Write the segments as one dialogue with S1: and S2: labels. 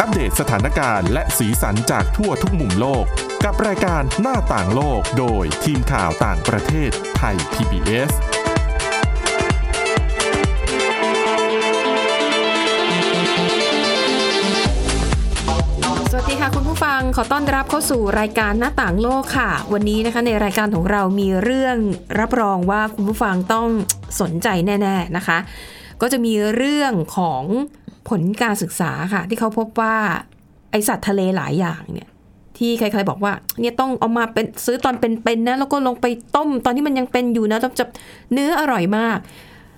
S1: อัปเดตสถานการณ์และสีสันจากทั่วทุกมุมโลก กับรายการหน้าต่างโลกโดยทีมข่าวต่างประเทศไทย PBS
S2: สวัสดีค่ะคุณผู้ฟังขอต้อนรับเข้าสู่รายการหน้าต่างโลกค่ะ วันนี้นะคะในรายการของเรามีเรื่องรับรองว่าคุณผู้ฟังต้องสนใจแน่ๆนะคะ ก็จะมีเรื่องของผลการศึกษาค่ะ ที่เขาพบว่าไอสัตว์ทะเลหลายอย่างเนี่ย ที่ใครๆบอกว่าเนี่ยต้องเอามาเป็นซื้อตอนเป็นๆนะ แล้วก็ลงไปต้มตอนที่มันยังเป็นอยู่นะจะเนื้ออร่อยมาก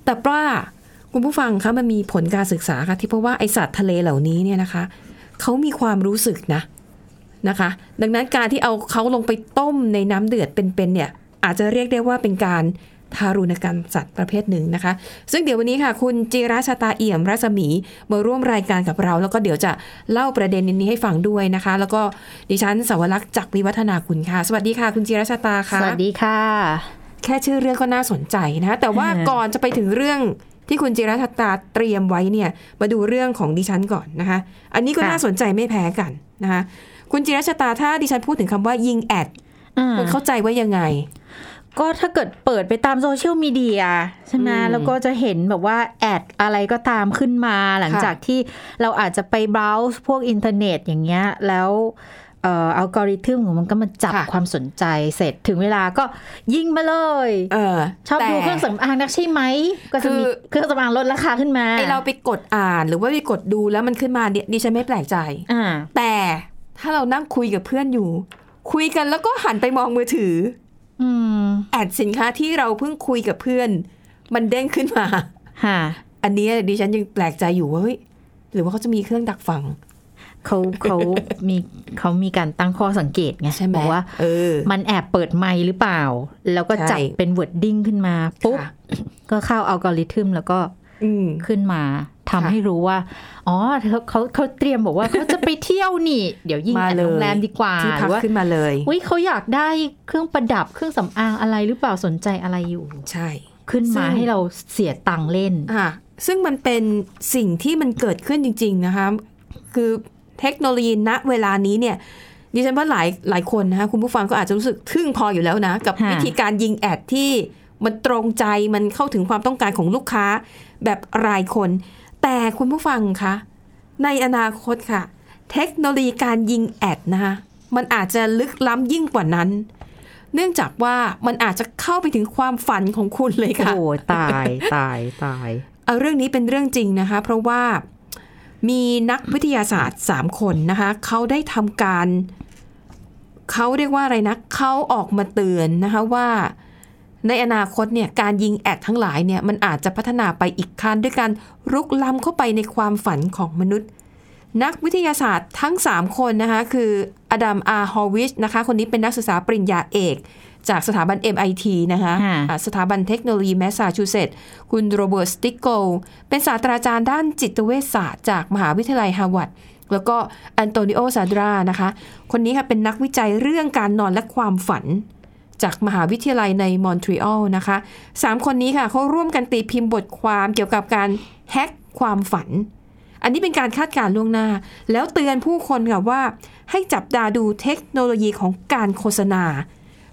S2: แต่ว่าคุณผู้ฟังคะมันมีผลการศึกษาค่ะ ที่พบว่าไอสัตว์ทะเลเหล่านี้เนี่ยนะคะเขามีความรู้สึกนะนะคะ ดังนั้นการที่เอาเขาลงไปต้มในน้ำเดือดเป็นๆเนี่ย อาจจะเรียกได้ว่าเป็นการทารุณกรรมสัตว์ประเภทหนึ่งนะคะ ซึ่งเดี๋ยววันนี้ค่ะ คุณจิราชาตาเอี่ยมรัศมีมาร่วมรายการกับเรา แล้วก็เดี๋ยวจะเล่าประเด็นนี้ให้ฟังด้วยนะคะ แล้วก็ดิฉันสาวรักษ์จากวิวัฒนาคุณค่ะ สวัสดีค่ะ คุณจิราชาตาค่ะ
S3: สวัสดีค่ะ
S2: แค่ชื่อเรื่องก็น่าสนใจนะคะแต่ว่า
S3: อืม
S2: ก่อนจะไปถึงเรื่องที่คุณจิรัตตาเตรียมไว้เนี่ย มาดูเรื่องของดิฉันก่อนนะคะ อันนี้ก็น่าสนใจไม่แพ้กันนะคะ คุณจิรัชตาถ้าดิฉันพูดถึงคำว่ายิงแอด
S3: อืม
S2: คุณเข้าใจว่ายังไง
S3: ก็ถ้าเกิดเปิดไปตามโซเชียลมีเดียใช่ไหม
S2: อืม
S3: แล้วก็จะเห็นแบบว่าแอดอะไรก็ตามขึ้นมาหลัง
S2: ค่ะ
S3: จากที่เราอาจจะไปเบราว์พวกอินเทอร์เน็ตอย่างเงี้ย แล้วเอ่ออัลกอริทึมของมันก็มาจับความสนใจเสร็จถึงเวลาก็ยิงมาเลย
S2: เออ
S3: ชอบดู
S2: แต่
S3: เครื่องสำอางนักใช่ไหม ก็จะมี
S2: คือ
S3: เครื่องสำอางลดราคาขึ้นมา
S2: ไอเราไปกดอ่านหรือว่าไปกดดูแล้วมันขึ้นมาเนี่ยดิฉันไม่แปลกใจ
S3: อ่า
S2: แต่ถ้าเรานั่งคุยกับเพื่อนอยู่ คุยกันแล้วก็หันไปมองมือถือ
S3: อืม
S2: แอดสินค้าที่เราเพิ่งคุยกับเพื่อน มันเด้งขึ้นมา
S3: ค่ะ
S2: อันเนี้ยดิฉันยังแปลกใจอยู่ว่าเฮ้ยหรือว่าเขาจะมีเครื่องดักฟัง
S3: เขาเขามีเขามีการตั้งข้อสังเกตไง
S2: ใช่ไหม
S3: บอกว่า
S2: เออ
S3: มันแอบเปิดไมค์หรือเปล่า แล้วก็จับ
S2: ใช่
S3: เป็นว o ร์ดดิ้งขึ้นมาปุ๊บ
S2: ค่ะ
S3: ก็เข้าอัลกอริทึมแล้วก็
S2: อืม
S3: ขึ้นมาทำ
S2: ค่ะ
S3: ให้รู้ว่า อ๋อเขาเขาเขาเตรียมบอกว่า เขาจะไปเที่ยวนี่ เดี๋ยวยิ่ง
S2: มา
S3: แอด
S2: เลย
S3: โรงแรมดีกว่า
S2: ที่
S3: ห
S2: พั
S3: รื
S2: ก
S3: อว่า
S2: ขึ้นมาเลย
S3: อุ้ยเขาอยากได้เครื่องประดับเครื่องสำอางอะไรหรือเปล่าสนใจอะไรอยู่
S2: ใช่
S3: ขึ้น
S2: ซึ่
S3: มาง ให้เราเสียตังค์เล่น
S2: อ่ะซึ่งมันเป็นสิ่งที่มันเกิดขึ้นจริง ๆ นะคะ คือเทคโนโลยีณเวลานี้เนี่ยดิฉันว่าหลายหลายคนนะคะคุณผู้ฟังก็อาจจะรู้สึกทึ่งพออยู่แล้วนะ กับ
S3: ค่ะ
S2: วิธีการยิงแอดที่มันตรงใจมันเข้าถึงความต้องการของลูกค้าแบบรายคน แต่คุณผู้ฟังคะในอนาคตค่ะ เทคโนโลยีการยิงแอดนะคะมันอาจจะลึกล้ำยิ่งกว่านั้น เนื่องจากว่ามันอาจจะเข้าไปถึงความฝันของคุณเลย
S3: โอ้
S2: ค่ะ
S3: โหตาย ตายตาย
S2: เอาเรื่องนี้เป็นเรื่องจริงนะคะ เพราะว่ามีนักวิทยาศาสตร์ 3 คนนะคะเขาได้ทำการ เขาเรียกว่าอะไรนะเขาออกมาเตือนนะคะว่า ในอนาคตเนี่ยการยิงแอดทั้งหลายเนี่ยมันอาจจะพัฒนาไปอีกขั้นด้วยการรุกล้ำเข้าไปในความฝันของมนุษย์ นักวิทยาศาสตร์ทั้ง 3 คนนะคะคืออดัมอาร์ฮอวิชนะคะคนนี้เป็นนักศึกษาปริญญาเอก จากสถาบัน MIT นะคะอ่าสถาบันเทคโนโลยีแมสซาชูเซตส์คุณโรเบิร์ตสติโกลเป็นศาสตราจารย์ด้านจิตเวชศาสตร์จากมหาวิทยาลัยฮาร์วาร์ดแล้วก็อันโตนิโอซาดรานะคะ คนนี้ค่ะเป็นนักวิจัยเรื่องการนอนและความฝัน จากมหาวิทยาลัยในมอนทรีออลนะคะสามคนนี้ค่ะเขาร่วมกันตีพิมพ์บทความเกี่ยวกับการแฮ็กความฝัน อันนี้เป็นการคาดการณ์ล่วงหน้า แล้วเตือนผู้คนค่ะว่า ให้จับตาดูเทคโนโลยีของการโฆษณา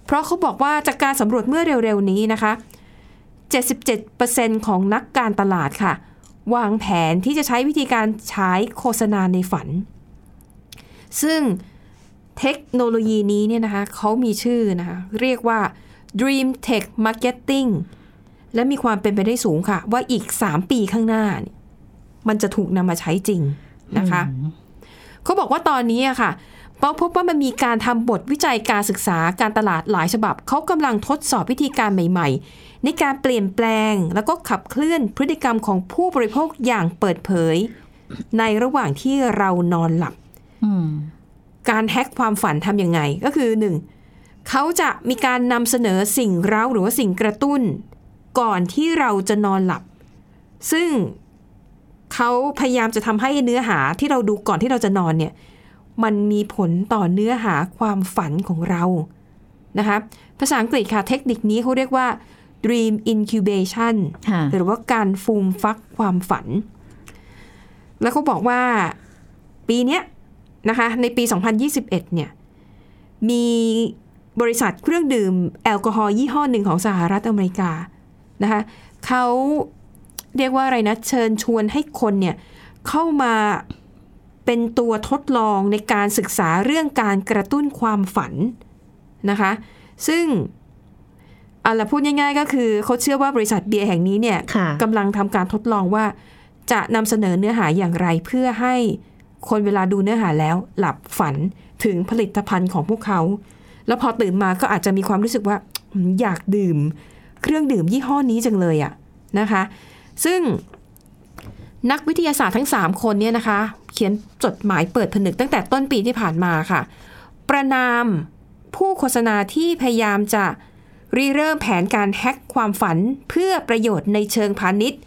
S2: เพราะเขาบอกว่าจากการสำรวจเมื่อเร็วๆนี้นะคะ 77%ของนักการตลาดค่ะ วางแผนที่จะใช้วิธีการใช้โฆษณาในฝัน ซึ่งเทคโนโลยีนี้เนี่ยนะคะเขามีชื่อนะคะเรียกว่า Dream Tech Marketing และมีความเป็นไปได้สูงค่ะ ว่าอีก 3 ปีข้างหน้าเนี่ยมันจะถูกนำมาใช้จริงนะคะ เขาบอกว่าตอนนี้อะค่ะเราพบว่ามันมีการทำบทวิจัยการศึกษาการตลาดหลายฉบับ เขากำลังทดสอบวิธีการใหม่ ๆ ในการเปลี่ยนแปลง แล้วก็ขับเคลื่อนพฤติกรรมของผู้บริโภคอย่างเปิดเผย ในระหว่างที่เรานอนหลับ
S3: อืม
S2: การแฮ็กความฝันทำยังไงก็คือ 1. เขาจะมีการนำเสนอสิ่งเร้าหรือว่าสิ่งกระตุ้น ก่อนที่เราจะนอนหลับ ซึ่งเขาพยายามจะทำให้เนื้อหาที่เราดูก่อนที่เราจะนอนเนี่ยมันมีผลต่อเนื้อหาความฝันของเรานะคะภาษาอังกฤษค่ะเทคนิคนี้เขาเรียกว่า dream incubation
S3: ค่ะ
S2: หรือว่าการฟูมฟักความฝัน แล้วเขาบอกว่า ปีเนี้ยนะคะ ในปี 2021 เนี่ย มีบริษัทเครื่องดื่มแอลกอฮอล์ยี่ห้อหนึ่งของสหรัฐอเมริกานะคะเขาเรียกว่าอะไรนะ เชิญชวนให้คนเนี่ย เข้ามาเป็นตัวทดลองในการศึกษาเรื่องการกระตุ้นความฝันนะคะ ซึ่งเอาละพูดง่ายๆ ก็คือเขาเชื่อว่าบริษัทเบียร์แห่งนี้เนี่ย
S3: ค่ะ
S2: กำลังทำการทดลองว่าจะนำเสนอเนื้อหาอย่างไรเพื่อให้คนเวลาดูเนื้อหาแล้ว หลับฝันถึงผลิตภัณฑ์ของพวกเขา แล้วพอตื่นมาก็อาจจะมีความรู้สึกว่าอืมอยากดื่ม เครื่องดื่มยี่ห้อนี้จังเลยอะนะคะ ซึ่งนักวิทยาศาสตร์ทั้ง 3 คนเนี่ยนะคะ เขียนจดหมายเปิดผนึกตั้งแต่ต้นปีที่ผ่านมาค่ะ ประนามผู้โฆษณาที่พยายามจะรีเริ่มแผนการแฮ็กความฝันเพื่อประโยชน์ในเชิงพาณิชย์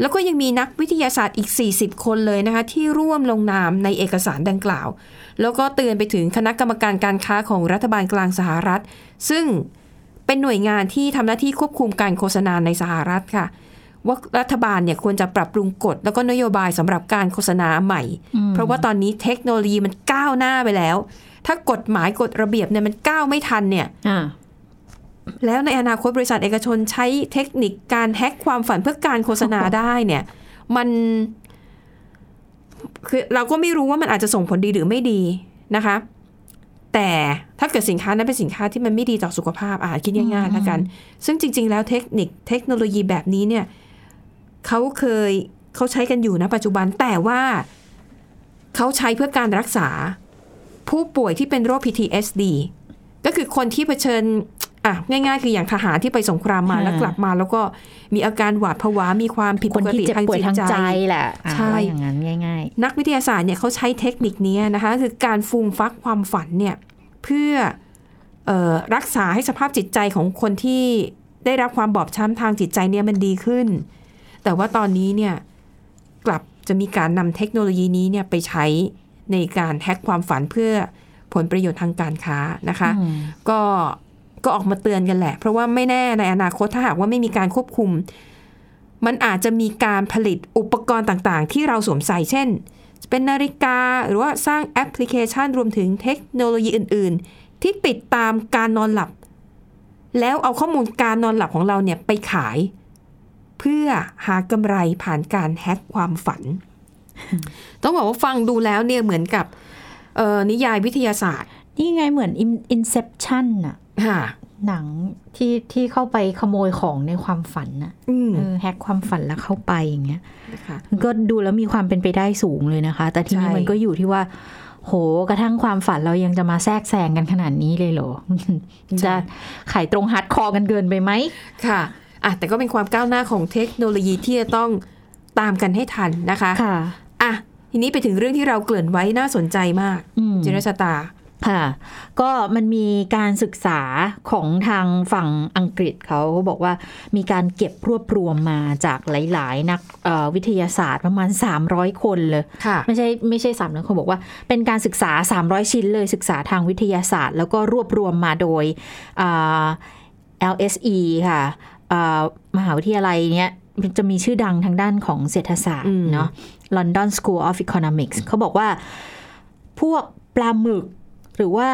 S2: แล้วก็ยังมีนักวิทยาศาสตร์อีก 40 คนเลยนะคะ ที่ร่วมลงนามในเอกสารดังกล่าว แล้วก็เตือนไปถึงคณะกรรมการการค้าของรัฐบาลกลางสหรัฐ ซึ่งเป็นหน่วยงานที่ทำหน้าที่ควบคุมการโฆษณาในสหรัฐค่ะ ว่ารัฐบาลเนี่ยควรจะปรับปรุงกฎแล้วก็นโยบายสำหรับการโฆษณาใหม่ เพราะว่าตอนนี้เทคโนโลยีมันก้าวหน้าไปแล้ว ถ้ากฎหมายกฎระเบียบเนี่ยมันก้าวไม่ทันเนี่ย
S3: อ่า
S2: แล้วในอนาคตบริษัทเอกชนใช้เทคนิคการแฮ็กความฝันเพื่อการโฆษณา ได้เนี่ย มันคือเราก็ไม่รู้ว่ามันอาจจะส่งผลดีหรือไม่ดีนะคะ แต่ถ้าเกิดสินค้านั้นเป็นสินค้าที่มันไม่ดีต่อสุขภาพอาจคิดง่ายๆแล้วกัน ซึ่งจริง ๆ แล้วเทคนิคเทคโนโลยีแบบนี้เนี่ยเขาเคยเขาใช้กันอยู่นะปัจจุบันแต่ว่าเขาใช้เพื่อการรักษา ผู้ป่วยที่เป็นโรค PTSD ก็คือคนที่เผชิญอ่ะง่ายๆ คืออย่างทหารที่ไปสงครามมา
S3: ค่ะ
S2: แล้วกลับมาแล้วก็มีอาการหวาดผวา มีความผิด
S3: ค
S2: ป
S3: น
S2: ก
S3: ที่
S2: ติ
S3: เจ็บ
S2: ทาง
S3: ป่วย
S2: จิต
S3: ทาง
S2: ใจ
S3: ใจแหละอ่า
S2: ใช่
S3: ว่าอย่างนั้นง่าย
S2: นักวิทยาศาสตร์เนี่ยเขาใช้เทคนิคนี้นะคะคือการฟูมฟักความฝันเนี่ยเพื่อเออรักษาให้สภาพจิตใจของคนที่ได้รับความบอบช้ำทางจิตใจเนี่ยมันดีขึ้น แต่ว่าตอนนี้เนี่ยกลับจะมีการนำเทคโนโลยีนี้เนี่ยไปใช้ในการแฮ็กความฝันเพื่อผลประโยชน์ทางการค้านะคะ
S3: อืม
S2: ก็ก็ออกมาเตือนกันแหละ เพราะว่าไม่แน่ในอนาคตถ้าหากว่าไม่มีการควบคุม มันอาจจะมีการผลิตอุปกรณ์ต่างๆ ที่เราสวมใส่เช่น เป็นนาฬิกาหรือว่าสร้างแอปพลิเคชันรวมถึงเทคโนโลยีอื่นๆ ที่ติดตามการนอนหลับ แล้วเอาข้อมูลการนอนหลับของเราเนี่ยไปขาย เพื่อหากำไรผ่านการแฮ็กความฝัน ต้องบอกว่าฟังดูแล้วเนี่ยเหมือนกับเอ่อนิยายวิทยาศาสตร์
S3: ๆ นี่ไงเหมือน In- Inception น่ะ
S2: ค่ะ
S3: หนังที่ที่เข้าไปขโมยของในความฝันน่ะ
S2: อืม
S3: เออแฮกความฝันแล้วเข้าไปอย่างเงี้ย
S2: นะคะ
S3: ก็ดูแล้วมีความเป็นไปได้สูงเลยนะคะ แต่ทีนี้
S2: ใช่
S3: มันก็อยู่ที่ว่า โหกระทั่งความฝันเรายังจะมาแทรกแซงกันขนาดนี้เลยเหรอ จะขายตรงฮัดคอร์กันเกินไปไหม
S2: ค่ะอ่ะ แต่ก็เป็นความก้าวหน้าของเทคโนโลยีที่จะต้องตามกันให้ทันนะคะ
S3: ค่ะ
S2: อ่ะทีนี้ไปถึงเรื่องที่เราเกริ่นไว้น่าสนใจมาก
S3: อืม
S2: จิรชตา
S3: ค่ะ ก็มันมีการศึกษาของทางฝั่งอังกฤษเขาบอกว่ามีการเก็บรวบรวมมาจากหลาย ๆ นักเอ่อวิทยาศาสตร์ประมาณ 300 คนเลย
S2: ค่ะ
S3: ไม่ใช่ไม่ใช่สามร้อยคนบอกว่า เป็นการศึกษา 300 ชิ้นเลยศึกษาทางวิทยาศาสตร์ แล้วก็รวบรวมมาโดยอ่า LSE ค่ะอ่ามหาวิทยาลัยเนี้ยจะมีชื่อดังทางด้านของเศรษฐศาสต
S2: อื
S3: ร์
S2: ม
S3: เนาะ London School of Economics เขาบอกว่าพวกปลาหมึก หรือว่า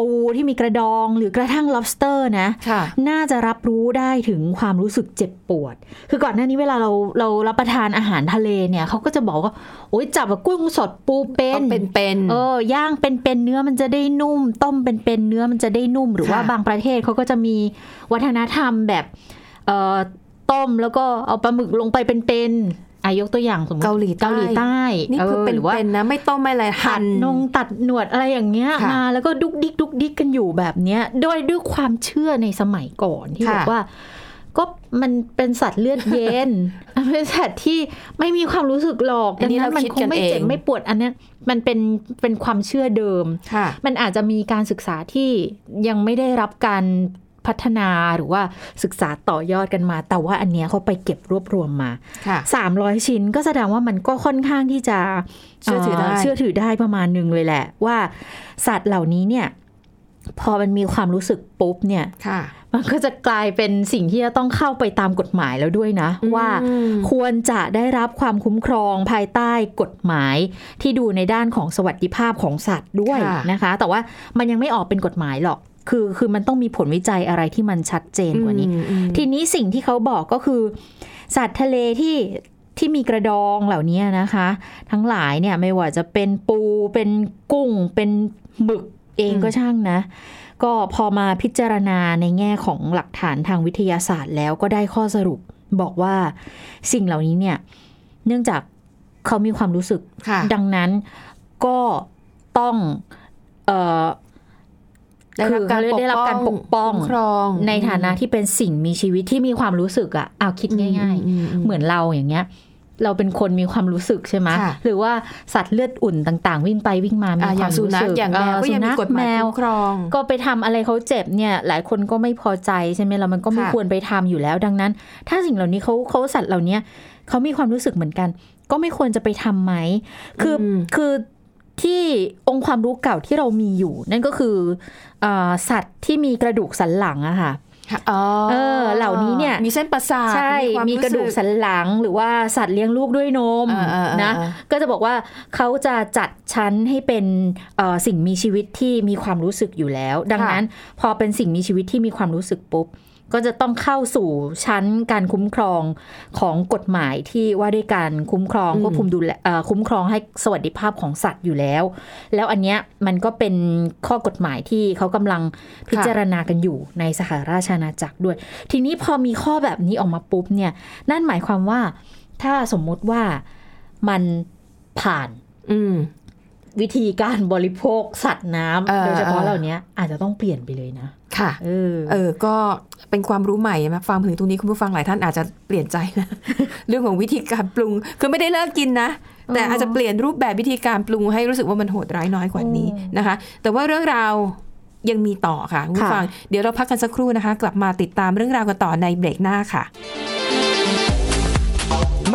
S3: ปูที่มีกระดองหรือกระทั่ง lobster นะ
S2: ค่ะ
S3: น่าจะรับรู้ได้ถึงความรู้สึกเจ็บปวด คือก่อนหน้านี้เวลาเราเรารับประทานอาหารทะเลเนี่ยเขาก็จะบอกว่า โอ๊ยจับกับกุ้งสดปูเป็
S2: ต้
S3: น
S2: องเป็นเป็น
S3: เออย่างเป็นเป็นเนื้อมันจะได้นุ่ม ต้มเป็นเป็นเนื้อมันจะได้นุ่ม หรือว่า
S2: ค่ะ
S3: บางประเทศเขาก็จะมีวัฒนธรรมแบบเอ่อต้มแล้วก็เอาปลาหมึกลงไปเป็นเป็นอายกตัวอย่างสมมติ
S2: เกาหลี
S3: เกาหลีใต้
S2: นี่คือเป็น
S3: หรือว่า
S2: เป็นนะ ไม่ต้มไม่อะไร
S3: ตั
S2: หั่
S3: ด
S2: น
S3: นงตัดหนวดอะไรอย่างเงี้ย
S2: ค่ะ
S3: มาแล้วก็ดุกดิกดุกดิกกันอยู่แบบเนี้ยโดยด้วยความเชื่อในสมัยก่อนที่
S2: ค่ะ
S3: บอกว่า ก็มันเป็นสัตว์เลือดเย็น เป็นสัตว์ที่ไม่มีความรู้สึกหรอก
S2: อันนี้
S3: ดังมั
S2: เราคิด
S3: คงไม่
S2: กันเอง
S3: เจ็บไม่ปวดอันเนี้ยมันเป็นเป็นความเชื่อเดิม
S2: ค่ะ
S3: มันอาจจะมีการศึกษาที่ยังไม่ได้รับการพัฒนาหรือว่าศึกษาต่อยอดกันมา แต่ว่าอันเนี้ยเขาไปเก็บรวบรวมมา
S2: ค่ะ
S3: 300 ชิ้นก็แสดงว่ามันก็ค่อนข้างที่จะ
S2: เชื่อถือได้
S3: เเชื่อถือได้ประมาณหนึ่งเลยแหละ ว่าสัตว์เหล่านี้เนี่ย พอมันมีความรู้สึกปุ๊บเนี่ย
S2: ค่ะ
S3: มันก็จะกลายเป็นสิ่งที่จะต้องเข้าไปตามกฎหมายแล้วด้วยนะ
S2: อืม
S3: ว่าควรจะได้รับความคุ้มครองภายใต้กฎหมายที่ดูในด้านของสวัสดิภาพของสัตว์ด้วยนะคะ แต่ว่ามันยังไม่ออกเป็นกฎหมายหรอก คือคือมันต้องมีผลวิจัยอะไรที่มันชัดเจนกว่านี้
S2: อืมอืม
S3: ทีนี้สิ่งที่เขาบอกก็คือ สัตว์ทะเลที่ที่มีกระดองเหล่านี้นะคะ ทั้งหลายเนี่ยไม่ว่าจะเป็นปูเป็นกุ้ง เป็นหมึกเองก็ช่างนะ ก็พอมาพิจารณาในแง่ของหลักฐานทางวิทยาศาสตร์แล้วก็ได้ข้อสรุปบอกว่าสิ่งเหล่านี้เนี่ยเนื่องจากเขามีความรู้สึก
S2: ค่ะ
S3: ดังนั้นก็ต้องเอ่อ
S2: ได้รับการป
S3: คือ
S2: กป้อง
S3: ได้รับการปกป้อง
S2: คุ้มครอง
S3: ในฐานะที่เป็นสิ่งมีชีวิตที่มีความรู้สึกอะเอาคิดง่าย
S2: อืมอื
S3: ๆ
S2: ม
S3: เหมือนเราอย่างเงี้ย เราเป็นคนมีความรู้สึกใช่ไหม
S2: ค่ะ
S3: หรือว่าสัตว์เลือดอุ่นต่าง ๆ วิ่งไปวิ่งมามี
S2: อ่ะอย่าว
S3: คาง ม
S2: สุ
S3: รู้
S2: นัข
S3: สึก
S2: อย่างแมว
S3: เออ
S2: ก็ยังมี
S3: สุ
S2: กฎหมายคุ้มครอง
S3: ก็ไปทำอะไรเขาเจ็บเนี่ย หลายคนก็ไม่พอใจใช่ไหมเรามันก็ไม่
S2: ค่ะ
S3: ควรไปทำอยู่แล้ว ดังนั้น ถ้าสิ่งเหล่านี้เขาเขาสัตว์เหล่านี้เขามีความรู้สึกเหมือนกัน ก็ไม่ควรจะไปทำไหมคือ
S2: ม
S3: คือที่องค์ความรู้เก่าที่เรามีอยู่ นั่นก็คือเออสัตว์ที่มีกระดูกสันหลังอะค่ะ
S2: ค่ะอ๋อ
S3: เออเหล่านี้เนี่ย
S2: มีเส้นประสาท
S3: ใช่
S2: ควา
S3: มีกระดูกสันหลังหรือว่าสัตว์เลี้ยงลูกด้วยนม
S2: อ่าอ่าอ่า
S3: นะ ก็จะบอกว่าเขาจะจัดชั้นให้เป็นเอ่อสิ่งมีชีวิตที่มีความรู้สึกอยู่แล้ว ดังนั้นพอเป็นสิ่งมีชีวิตที่มีความรู้สึกปุ๊บ ก็จะต้องเข้าสู่ชั้นการคุ้มครองของกฎหมายที่ว่าด้วยการคุ้มครองควบคุมดูแลเอ่อคุ้มครองให้สวัสดิภาพของสัตว์อยู่แล้ว แล้วอันเนี้ยมันก็เป็นข้อกฎหมายที่เขากำลังพิจารณากันอยู่ในสหราชอาณาจักรด้วย ทีนี้พอมีข้อแบบนี้ออกมาปุ๊บเนี่ย นั่นหมายความว่าถ้าสมมุติว่ามันผ่าน
S2: อืม
S3: วิธีการบริโภคสัตว์น้ำ
S2: เออ
S3: โดยเฉ
S2: เอ
S3: พาะ
S2: อ
S3: เหล่านี้อาจจะต้องเปลี่ยนไปเลยนะ
S2: ค่ะ
S3: เออ
S2: เออ ก็เป็นความรู้ใหม่มาฟังถึงตรงนี้คุณผู้ฟังหลายท่านอาจจะเปลี่ยนใจนะ เรื่องของวิธีการปรุง คือไม่ได้เลิกกินนะ แต่
S3: อ๋ออ
S2: อาจจะเปลี่ยนรูปแบบวิธีการปรุงให้รู้สึกว่ามันโหดร้ายน้อยกว่านี้
S3: อืม
S2: นะคะ แต่ว่าเรื่องราวยังมีต่อค่ะคุณผู้
S3: ค่ะ
S2: ฟัง เดี๋ยวเราพักกันสักครู่นะคะ กลับมาติดตามเรื่องราวกันต่อในเบรกหน้าค่ะ
S1: ห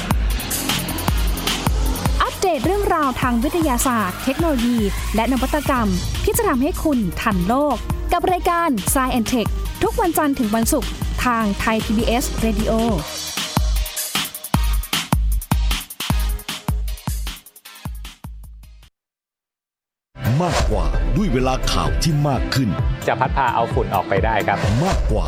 S4: อัปเดตเรื่องราวทางวิทยาศาสตร์ เทคโนโลยี และนวัตกรรม ที่จะทำให้คุณทันโลก กับรายการ s c i e n t e c h ทุกวันจันทร์ถึงวันศุกร์ทางไทย PBS Radio
S5: มากกว่าด้วยเวลาข่าวที่มากขึ้น
S6: จะพัดพาเอาฝุ่นออกไปได้ครับ
S5: มากกว่า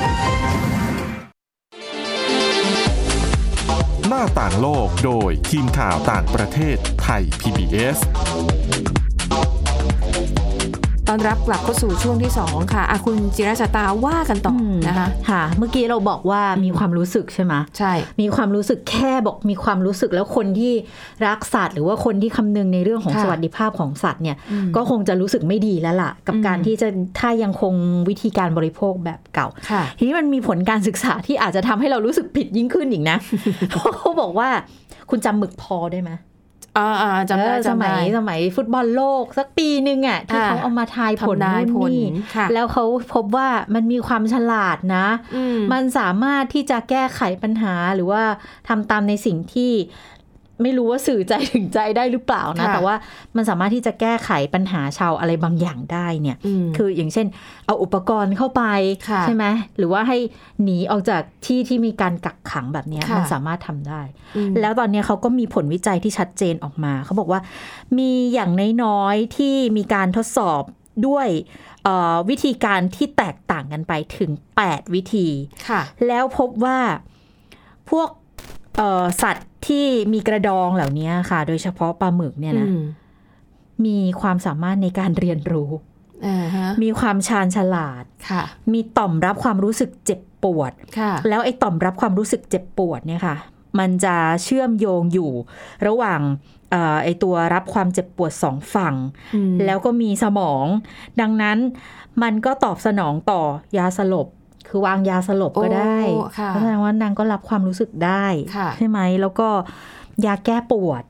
S1: หน้าต่างโลกโดยทีมข่าวต่างประเทศไทย PBS
S2: ตอนรับกลับเข้าสู่ช่วงที่สองค่ะอ่ะคุณจิราชตาว่ากันต่ออ
S3: ม
S2: นะคะ
S3: ค่ะ เมื่อกี้เราบอกว่ามีความรู้สึกใช่ไหม
S2: ใช่
S3: มีความรู้สึกแค่บอกมีความรู้สึกแล้วคนที่รักสัตว์หรือว่าคนที่คำนึงในเรื่องของ
S2: ค่ะ
S3: สวัสดิภาพของสัตว์เนี่ย ก็คงจะรู้สึกไม่ดีแล้วล่ะ กับ
S2: อืม
S3: การที่จะถ้ายังคงวิธีการบริโภคแบบเก่า
S2: ค่ะ
S3: ทีนี้มันมีผลการศึกษาที่อาจจะทำให้เรารู้สึกผิดยิ่งขึ้นอีกนะ เพราะเขาบอกว่าคุณจำหมึกพอได้ไหม
S2: อ่าอ่าจำได้
S3: เออส
S2: จำ
S3: มั
S2: ได้
S3: ยสมัยฟุตบอลโลกสักปีหนึ่งอ่ะที่
S2: อ่า
S3: เขาเอามาทายผล
S2: ทำนายผ
S3: นู่
S2: ล
S3: นนี่
S2: ค่ะ
S3: แล้วเขาพบว่ามันมีความฉลาดนะ
S2: อืม
S3: มันสามารถที่จะแก้ไขปัญหาหรือว่าทำตามในสิ่งที่ไม่รู้ว่าสื่อใจถึงใจได้หรือเปล่านะ
S2: ค่ะ
S3: แต่ว่ามันสามารถที่จะแก้ไขปัญหาชาวอะไรบางอย่างได้เนี่ย
S2: ม
S3: คืออย่างเช่น เอาอุปกรณ์เข้าไป
S2: ค่ะ
S3: ใช่ไหมหรือว่าให้หนีออกจากที่ที่มีการกักขังแบบเนี้ย
S2: ค่ะ
S3: มันสามารถทำได้
S2: ม
S3: แล้วตอนเนี้ยเขาก็มีผลวิจัยที่ชัดเจนออกมา เขาบอกว่ามีอย่างน้อยๆที่มีการทดสอบ ด้วยเอ่อวิธีการที่แตกต่างกันไปถึง 8 วิธี
S2: ค่ะ
S3: แล้วพบว่าพวกเอ่อสัตว์ที่มีกระดองเหล่านี้ค่ะ โดยเฉพาะปลาหมึกเนี่ยนะ
S2: อืม
S3: มีความสามารถในการเรียนรู้
S2: อ่าฮะ
S3: มีความชาญฉลาด
S2: ค่ะ
S3: มีต่อมรับความรู้สึกเจ็บปวด
S2: ค่ะ
S3: แล้วไอ้ต่อมรับความรู้สึกเจ็บปวดเนี่ยค่ะ มันจะเชื่อมโยงอยู่ ระหว่างเออไอ้ตัวรับความเจ็บปวดสองฝั่ง
S2: อืม
S3: แล้วก็มีสมอง ดังนั้นมันก็ตอบสนองต่อยาสลบ คือวางยาสลบก็ได้
S2: โอ้ค่ะ
S3: ก็แสดงว่านางก็รับความรู้สึกได้
S2: ค่ะ
S3: ใช่ไหมแล้วก็ยาแก้ป วด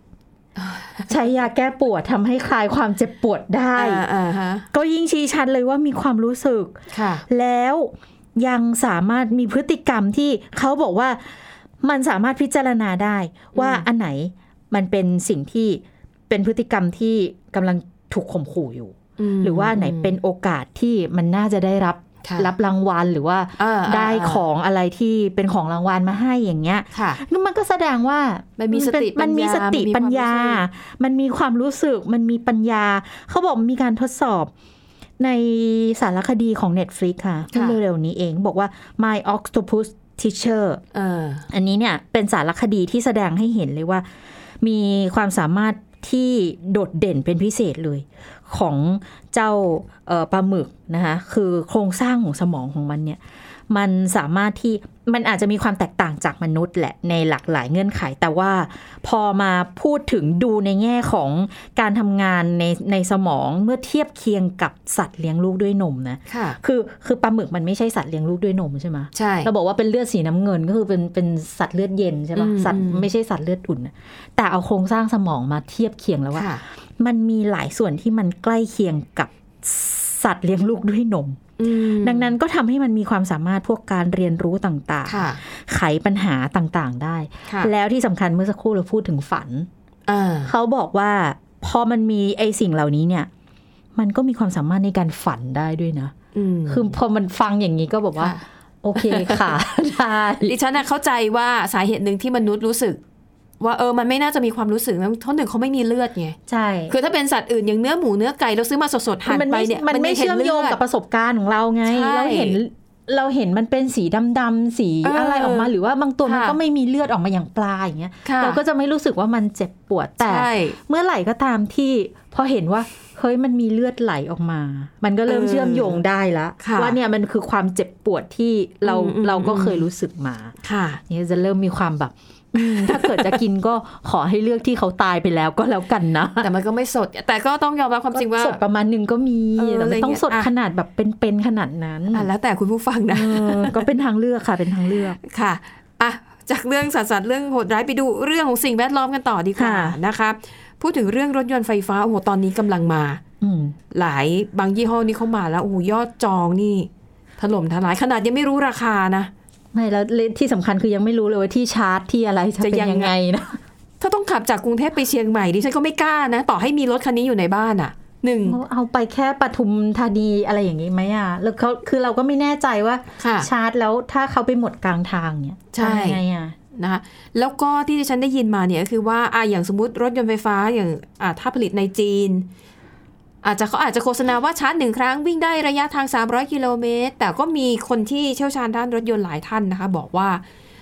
S3: ใช้ยาแก้ปวดทำให้คลายความเจ็บปวดได้
S2: อ่าอ่าฮะ
S3: ก็ยิ่งชี้ชัดเลยว่ามีความรู้สึก
S2: ค่ะ
S3: แล้วยังสามารถมีพฤติกรรมที่เขาบอกว่ามันสามารถพิจารณาได้ ว่าอันไหนมันเป็นสิ่งที่เป็นพฤติกรรมที่กำลังถูกข่มขู่อยู่
S2: ม
S3: หรือว่าอันไหนเป็นโอกาสที่มันน่าจะได้รับ
S2: ค่ะ
S3: รับรางวัลหรือว่า
S2: อ่าอ่า
S3: ได้ของอะไรที่เป็นของรางวัลมาให้อย่างเงี้ย
S2: ค่ะ
S3: นั่นมันก็แสดงว่ามัน
S2: มีสติ
S3: เป็นมันมีสติ
S2: ปั
S3: ปัญ
S2: ญญา
S3: ญา มันมีความรู้สึกมันมีปัญญา เขาบอกมีการทดสอบในสารคดีของ Netflix ค่ะเมื่อเร็วๆนี้เองบอกว่า My Octopus Teacher
S2: เออ
S3: อันนี้เนี่ยเป็นสารคดีที่แสดงให้เห็นเลยว่า มีความสามารถที่โดดเด่นเป็นพิเศษเลย ของเจ้าเอ่อปลาหมึกนะคะคือโครงสร้างของสมองของมันเนี่ยมันสามารถที่มันอาจจะมีความแตกต่างจากมนุษย์แหละในหลากหลายเงื่อนไข แต่ว่าพอมาพูดถึงดูในแง่ของการทำงานในในสมองเมื่อเทียบเคียงกับสัตว์เลี้ยงลูกด้วยนมนะ
S2: ค่ะ
S3: คือคือปลาหมึกมันไม่ใช่สัตว์เลี้ยงลูกด้วยนมใช่ไหม
S2: ใช่
S3: เราบอกว่าเป็นเลือดสีน้ำเงินก็คือเป็นเป็นสัตว์เลือดเย็นใช่ปะ
S2: อืม
S3: สัตว์
S2: อืม
S3: ไม่ใช่สัตว์เลือดอุ่นน่ะแต่เอาโครงสร้างสมองมาเทียบเคียงแล้วว่า
S2: ค่ะ
S3: มันมีหลายส่วนที่มันใกล้เคียงกับสัตว์เลี้ยงลูกด้วยนม
S2: อืม
S3: ดังนั้นก็ทำให้มันมีความสามารถพวกการเรียนรู้ต่าง
S2: ค่ะ
S3: ๆ ไขปัญหาต่างๆ ได้
S2: ค่ะ
S3: แล้วที่สำคัญเมื่อสักครู่เราพูดถึงฝัน
S2: อ่า
S3: เขาบอกว่าพอมันมีไอสิ่งเหล่านี้เนี่ย มันก็มีความสามารถในการฝันได้ด้วยนะ
S2: อืม
S3: คือพอมันฟังอย่างนี้ก็บอกว่า
S2: ค่ะ
S3: โอเคค่ะ ได้
S2: ดิฉันน่ะเข้าใจว่าสาเหตุหนึ่งที่มนุษย์รู้สึก ว่าเออมันไม่น่าจะมีความรู้สึกนะเพราะหนึ่งเขาไม่มีเลือดไง
S3: ใช่
S2: คือถ้าเป็นสัตว์อื่นอย่างเนื้อหมูเนื้อไก่เราซื้อมาสดๆหั่น
S3: มัน
S2: ไป
S3: ไม่
S2: เนี่ย
S3: มันไม่
S2: ห็
S3: เชื่อมโยง
S2: ลืด
S3: กับประสบการณ์ของเราไง
S2: ใช่
S3: เราเห็นเราเห็นมันเป็นสีดำๆสี
S2: เอออ
S3: อะไรออกมา หรือว่าบางตัวมัน
S2: ค่ะ
S3: ก็ไม่มีเลือดออกมาอย่างปลาอย่างเงี้ย
S2: ค่ะ
S3: เราก็จะไม่รู้สึกว่ามันเจ็บปวดแต่
S2: ใช่
S3: เมื่อไหร่ก็ตามที่พอเห็นว่าเฮ้ยมันมีเลือดไหลออกมา มันก็เริ่ม
S2: เออ
S3: เชื่อมโยงได้ละ
S2: ค่ะ
S3: ว่าเนี่ยมันคือความเจ็บปวดที่เรา
S2: อืมอืม
S3: เราก็เคยรู้สึกมา
S2: ค่ะ
S3: เนี่ยจะเริ่มมีความแบบอืมถ้าเกิดจะกินก็ขอให้เลือกที่เขาตายไปแล้วก็แล้วกันนะ
S2: แต่มันก็ไม่สด แต่ก็ต้องยอมรับความจริงว่า
S3: สดประมาณหนึ่งก็มี
S2: เออ
S3: แต่
S2: อะไร
S3: ไม่
S2: เงี้ย
S3: ต้องสด
S2: อ่ะ
S3: ขนาดแบบเป็นๆขนาดนั้น
S2: อ่ะแล้วแต่คุณผู้ฟังนะ
S3: เออก็เป็นทางเลือกค่ะเป็นทางเลือก
S2: ค่ะอ่ะ จากเรื่องสัตว์สัตว์เรื่องโหดร้ายไปดูเรื่องของสิ่งแวดล้อมกันต่อดีกว่า
S3: ค่ะ
S2: นะคะ พูดถึงเรื่องรถยนต์ไฟฟ้า โอ้โห ตอนนี้กำลังมา
S3: อืม
S2: หลายบางยี่ห้อนี่เข้ามาแล้ว โอ้โห ยอดจองนี่ ถล่มทลาย ขนาดยังไม่รู้ราคานะ
S3: ไม่แล้วที่สำคัญคือยังไม่รู้เลยว่าที่ชาร์จที่อะไรจะเป็น
S2: จะยังไง
S3: ยังไงนะ
S2: ถ้าต้องขับจากกรุงเทพไปเชียงใหม่ดิฉันก็ไม่กล้านะ ต่อให้มีรถคันนี้อยู่ในบ้านอ่ะหนึ่ง
S3: เอาไปแค่ปทุมธานีอะไรอย่างนี้ไหมอ่ะแล้วเขาคือเราก็ไม่แน่ใจว่า
S2: ค่ะ
S3: ชาร์จแล้วถ้าเขาไปหมดกลางทางเนี่ย
S2: ใช่
S3: ทำยังไงอ่ะ
S2: นะคะแล้วก็ที่ดิฉันได้ยินมาเนี่ยก็คือว่าอ่ะอย่างสมมติรถยนต์ไฟฟ้าอย่างอ่ะถ้าผลิตในจีน อาจจะเขาอาจจะโฆษณาว่าชาร์จหนึ่งครั้งวิ่งได้ระยะทาง 300 กิโลเมตร แต่ก็มีคนที่เชี่ยวชาญด้านรถยนต์หลายท่านนะคะ บอกว่า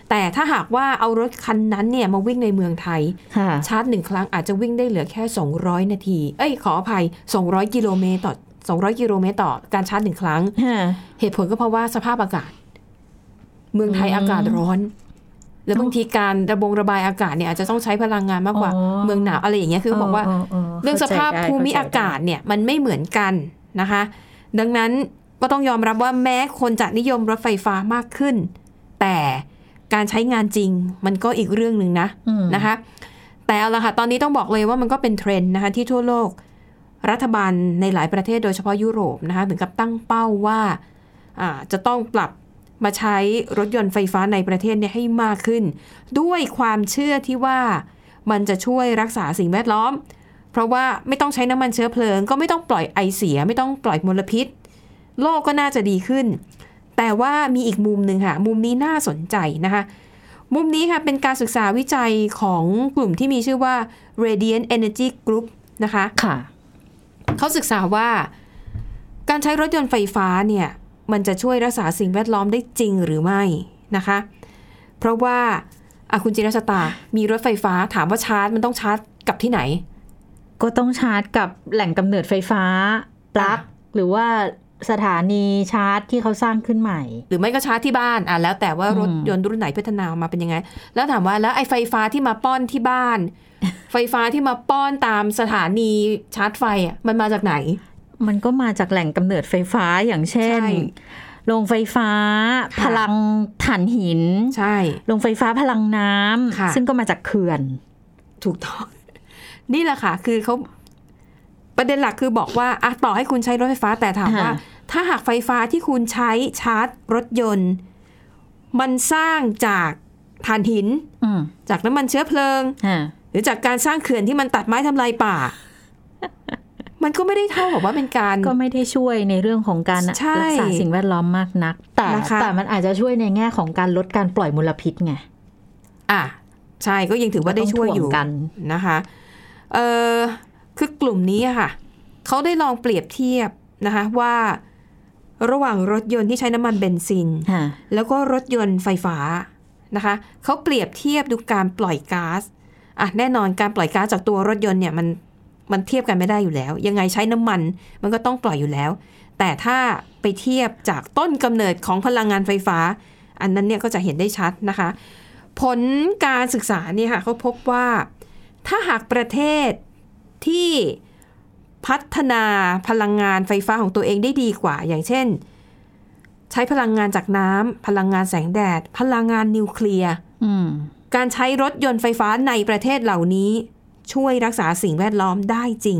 S2: แต่ถ้าหากว่าเอารถคันนั้นเนี่ยมาวิ่งในเมืองไทย
S3: ค่ะ
S2: ชาร์จหนึ่งครั้งอาจจะวิ่งได้เหลือแค่ 200 นาที เอ้ยขออภัย 200 กิโลเมตรต่อ 200 กิโลเมตรต่อการชาร์จหนึ่งครั้ง เหตุผลก็เพราะว่าสภาพอากาศ เมืองไทยอากาศร้อน แล้วบางทีการระบงระบายอากาศเนี่ยอาจจะต้องใช้พลังงานมากกว่า
S3: อ๋อ
S2: เมืองหนาวอะไรอย่างเงี้ยคือบอกว่า เรื่องสภาพภูมิอากาศเนี่ยมันไม่เหมือนกันนะคะ ดังนั้นก็ต้องยอมรับว่าแม้คนจะนิยมรถไฟฟ้ามากขึ้น แต่การใช้งานจริงมันก็อีกเรื่องหนึ่งนะ
S3: อืม
S2: นะคะ แต่เอาละค่ะตอนนี้ต้องบอกเลยว่ามันก็เป็นเทรนด์นะคะที่ทั่วโลก รัฐบาลในหลายประเทศโดยเฉพาะยุโรปนะคะถึงกับตั้งเป้าว่าอ่าจะต้องปรับมาใช้รถยนต์ไฟฟ้าในประเทศเนี่ยให้มากขึ้น ด้วยความเชื่อที่ว่ามันจะช่วยรักษาสิ่งแวดล้อม เพราะว่าไม่ต้องใช้น้ำมันเชื้อเพลิง ก็ไม่ต้องปล่อยไอเสีย ไม่ต้องปล่อยมลพิษ โลกก็น่าจะดีขึ้น แต่ว่ามีอีกมุมหนึ่งค่ะ มุมนี้น่าสนใจนะคะ มุมนี้ค่ะ เป็นการศึกษาวิจัยของกลุ่มที่มีชื่อว่า Radiant Energy Group นะคะ
S3: ค่ะ
S2: เขาศึกษาว่า การใช้รถยนต์ไฟฟ้าเนี่ยมันจะช่วยรักษาสิ่งแวดล้อมได้จริงหรือไม่นะคะ เพราะว่าอะคุณจินชตา มีรถไฟฟ้าถามว่าชาร์จมันต้องชาร์จกับที่ไหน
S3: ก็ต้องชาร์จกับแหล่งกำเนิดไฟฟ้า ปลั๊ก
S2: อ่
S3: หรือว่าสถานีชาร์จที่เขาสร้างขึ้นใหม่
S2: หรือไม่ก็ชาร์จที่บ้านอ่ะแล้วแต่ว่า
S3: อืม
S2: รถยนต์รุ่นไหนพัฒนามาเป็นยังไง แล้วถามว่าแล้วไอ้ไฟฟ้าที่มาป้อนที่บ้าน ไฟฟ้าที่มาป้อนตามสถานีชาร์จไฟอ่ะมันมาจากไหน
S3: มันก็มาจากแหล่งกำเนิดไฟฟ้าอย่างเช่น
S2: ใช่
S3: โรงไฟฟ้า
S2: ค่ะ
S3: พลังถ่านหิน
S2: ใช่
S3: โรงไฟฟ้าพลังน้
S2: ค่ะ
S3: ำซึ่งก็มาจากเขื่อน
S2: ถูกต้อง นี่แหละค่ะ คือเขาประเด็นหลักคือบอกว่าอะต่อให้คุณใช้รถไฟฟ้าแต่ถามว่า
S3: ค่ะ
S2: ถ้าหากไฟฟ้าที่คุณใช้ชาร์จรถยนต์ มันสร้างจากถ่านหิน
S3: อืม
S2: จากน้ำมันเชื้อเพลิง
S3: อ่า
S2: หรือจากการสร้างเขื่อนที่มันตัดไม้ทำลายป่า มันก็ไม่ได้เท่ากับว่าเป็นการ
S3: ก็ไม่ได้ช่วยในเรื่องของการ
S2: ใช่
S3: รักษาสิ่งแวดล้อมมากนัก แต่
S2: นะคะ
S3: แต่มันอาจจะช่วยในแง่ของการลดการปล่อยมลพิษไง
S2: อ่ะใช่ก็ยังถือว่าได้ช่วยอยู่
S3: ต้องถ่วงกัน
S2: นะคะเออคือกลุ่มนี้อะค่ะ เขาได้ลองเปรียบเทียบนะคะว่าระหว่างรถยนต์ที่ใช้น้ำมันเบนซิน
S3: ค่ะ
S2: แล้วก็รถยนต์ไฟฟ้านะคะเขาเปรียบเทียบดูการปล่อยก๊าซอ่ะแน่นอนการปล่อยก๊าซจากตัวรถยนต์เนี่ยมันมันเทียบกันไม่ได้อยู่แล้ว ยังไงใช้น้ำมันมันก็ต้องปล่อยอยู่แล้ว แต่ถ้าไปเทียบจากต้นกำเนิดของพลังงานไฟฟ้า อันนั้นเนี่ยก็จะเห็นได้ชัดนะคะ ผลการศึกษาเนี่ยค่ะเขาพบว่า ถ้าหากประเทศที่พัฒนาพลังงานไฟฟ้าของตัวเองได้ดีกว่า อย่างเช่น ใช้พลังงานจากน้ำพลังงานแสงแดด พลังงานนิวเคลียร์
S3: อืม
S2: การใช้รถยนต์ไฟฟ้าในประเทศเหล่านี้ ช่วยรักษาสิ่งแวดล้อมได้จริง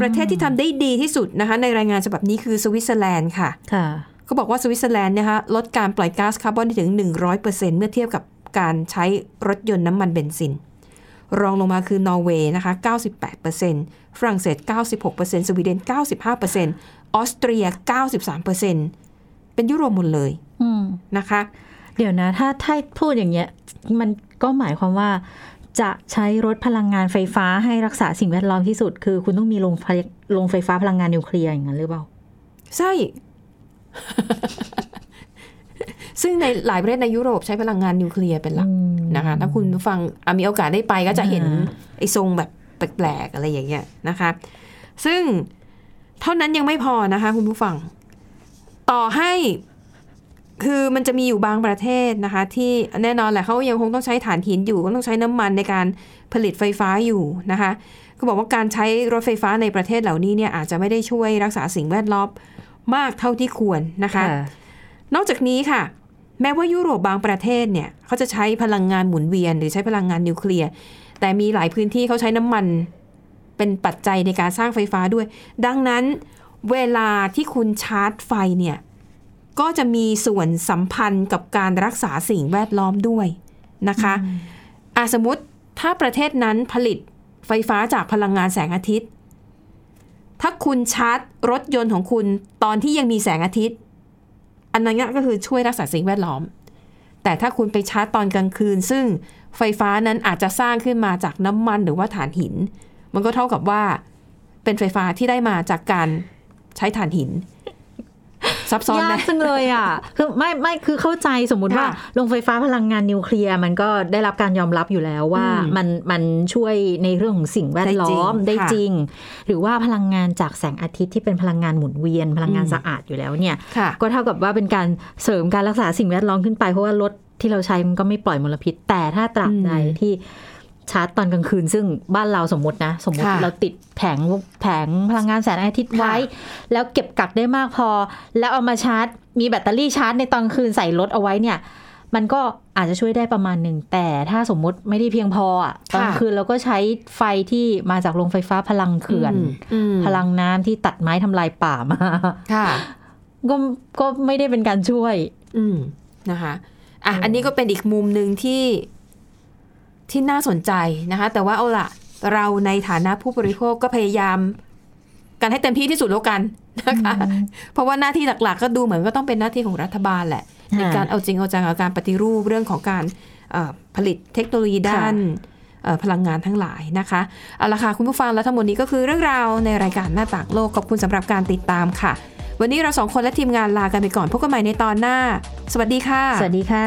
S2: ประเทศที่ทำได้ดีที่สุดนะคะ ในรายงานฉบับนี้คือสวิตเซอร์แลนด์ค่ะ
S3: ค่ะ
S2: เขาบอกว่าสวิตเซอร์แลนด์นะคะลดการปล่อยก๊าซคาร์บอนได้ถึง 100%เมื่อเทียบกับการใช้รถยนต์น้ำมันเบนซิน รองลงมาคือนอร์เวย์นะคะ98%ฝรั่งเศส 96%สวีเดน 95%ออสเตรีย 93%เป็นยุโรปหมดเลย
S3: อืม
S2: นะคะ
S3: เดี๋ยวนะ ถ้าถ้าพูดอย่างเงี้ย มันก็หมายความว่า จะใช้รถพลังงานไฟฟ้าให้รักษาสิ่งแวดล้อมที่สุด คือคุณต้องมีโรงไฟโรงไฟฟ้าพลังงานนิวเคลียร์อย่างนั้นหรือเปล่า
S2: ใช่ ซึ่งในหลายประเทศในยุโรปใช้พลังงานนิวเคลียร์เป็นหลักนะคะ ถ้าคุณผู้ฟังอ่ะมีโอกาสได้ไปก็จะเห็น
S3: อ่า
S2: ไอ้ทรงแบบแปลกๆอะไรอย่างเงี้ยนะคะ ซึ่งเท่านั้นยังไม่พอนะคะ คุณผู้ฟัง ต่อให้คือมันจะมีอยู่บางประเทศนะคะ ที่แน่นอนแหละเขายังคงต้องใช้ถ่านหินอยู่ ก็ต้องใช้น้ำมันในการผลิตไฟฟ้าอยู่นะคะ ก็บอกว่าการใช้รถไฟฟ้าในประเทศเหล่านี้เนี่ยอาจจะไม่ได้ช่วยรักษาสิ่งแวดล้อมมากเท่าที่ควรนะคะ นอกจากนี้ค่ะ แม้ว่ายุโรปบางประเทศเนี่ยเขาจะใช้พลังงานหมุนเวียน หรือใช้พลังงานนิวเคลียร์ แต่มีหลายพื้นที่เขาใช้น้ำมัน เป็นปัจจัยในการสร้างไฟฟ้าด้วย ดังนั้นเวลาที่คุณชาร์จไฟเนี่ยก็จะมีส่วนสัมพันธ์กับการรักษาสิ่งแวดล้อมด้วยนะคะอ่ะสมมติถ้าประเทศนั้นผลิตไฟฟ้าจากพลังงานแสงอาทิตย์ ถ้าคุณชาร์จรถยนต์ของคุณตอนที่ยังมีแสงอาทิตย์ อันนั้นก็คือช่วยรักษาสิ่งแวดล้อม แต่ถ้าคุณไปชาร์จตอนกลางคืน ซึ่งไฟฟ้านั้นอาจจะสร้างขึ้นมาจากน้ำมันหรือว่าถ่านหิน มันก็เท่ากับว่าเป็นไฟฟ้าที่ได้มาจากการใช้ถ่านหิน ซับซ้อนไหม
S3: ยากจังเลยอ่ะ คือไม่ไม่คือเข้าใจสมมุติว่า
S2: ค่ะ
S3: โรงไฟฟ้าพลังงานนิวเคลียร์มันก็ได้รับการยอมรับอยู่แล้วว่า
S2: อืม
S3: มันมันช่วยในเรื่องของสิ่งแวดล้อม
S2: ได้
S3: ได้
S2: จ
S3: จ
S2: ริ
S3: ริ
S2: ง
S3: ง หรือว่าพลังงานจากแสงอาทิตย์ที่เป็นพลังงานหมุนเวียน พลังงาน
S2: อืม
S3: สะอาดอยู่แล้วเนี่ย
S2: ค่ะ
S3: ก็เท่ากับว่าเป็นการเสริมการรักษาสิ่งแวดล้อมขึ้นไป เพราะว่ารถที่เราใช้มันก็ไม่ปล่อยมลพิษ แต่ถ้าตราบใด
S2: อืม
S3: ที่ชาร์จตอนกลางคืน ซึ่งบ้านเราสมมตินะ สมมติ
S2: ค่ะ
S3: เราติดแผงแผงพลังงานแสงอาทิตย์ไว้
S2: ค่
S3: แล้วเก็บกักได้มากพอ แล้วเอามาชาร์จ มีแบตเตอรี่ชาร์จในตอนกลางคืนใส่รถเอาไว้เนี่ย มันก็อาจจะช่วยได้ประมาณหนึ่งแต่ถ้าสมมติไม่ได้เพียงพออะตอนกลางคืนเราก็ใช้ไฟที่มาจากโรงไฟฟ้าพลังเขื่อน
S2: มม
S3: พลังน้ำที่ตัดไม้ทำลายป่ามา
S2: ค่ะ
S3: ก็ก็ไม่ได้เป็นการช่วย
S2: อืมนะคะอ่ะอันนี้ก็เป็นอีกมุมหนึ่งที่ที่น่าสนใจนะคะ แต่ว่าเอาล่ะ เราในฐานะผู้บริโภคก็พยายาม กันให้เต็มที่ที่สุดแล้วกันนะคะ เพราะว่าหน้าที่หลักๆ ก็ดูเหมือนก็ต้องเป็นหน้าที่ของรัฐบาลแหละ ในการเอาจริงเอาจังกับการปฏิรูปเรื่องของการเอ่อผลิตเทคโนโลยีด้านเ อ่อพลังงานทั้งหลายนะคะเอาละค่ะคุณผู้ฟังและทั้งหมดนี้ก็คือเรื่องราวในรายการหน้าต่างโลกขอบคุณสำหรับการติดตามค่ะ วันนี้เราสองคนและทีมงานลากันไปก่อนพบกันใหม่ในตอนหน้า สวัสดีค่ะ
S3: สวัสดีค่ะ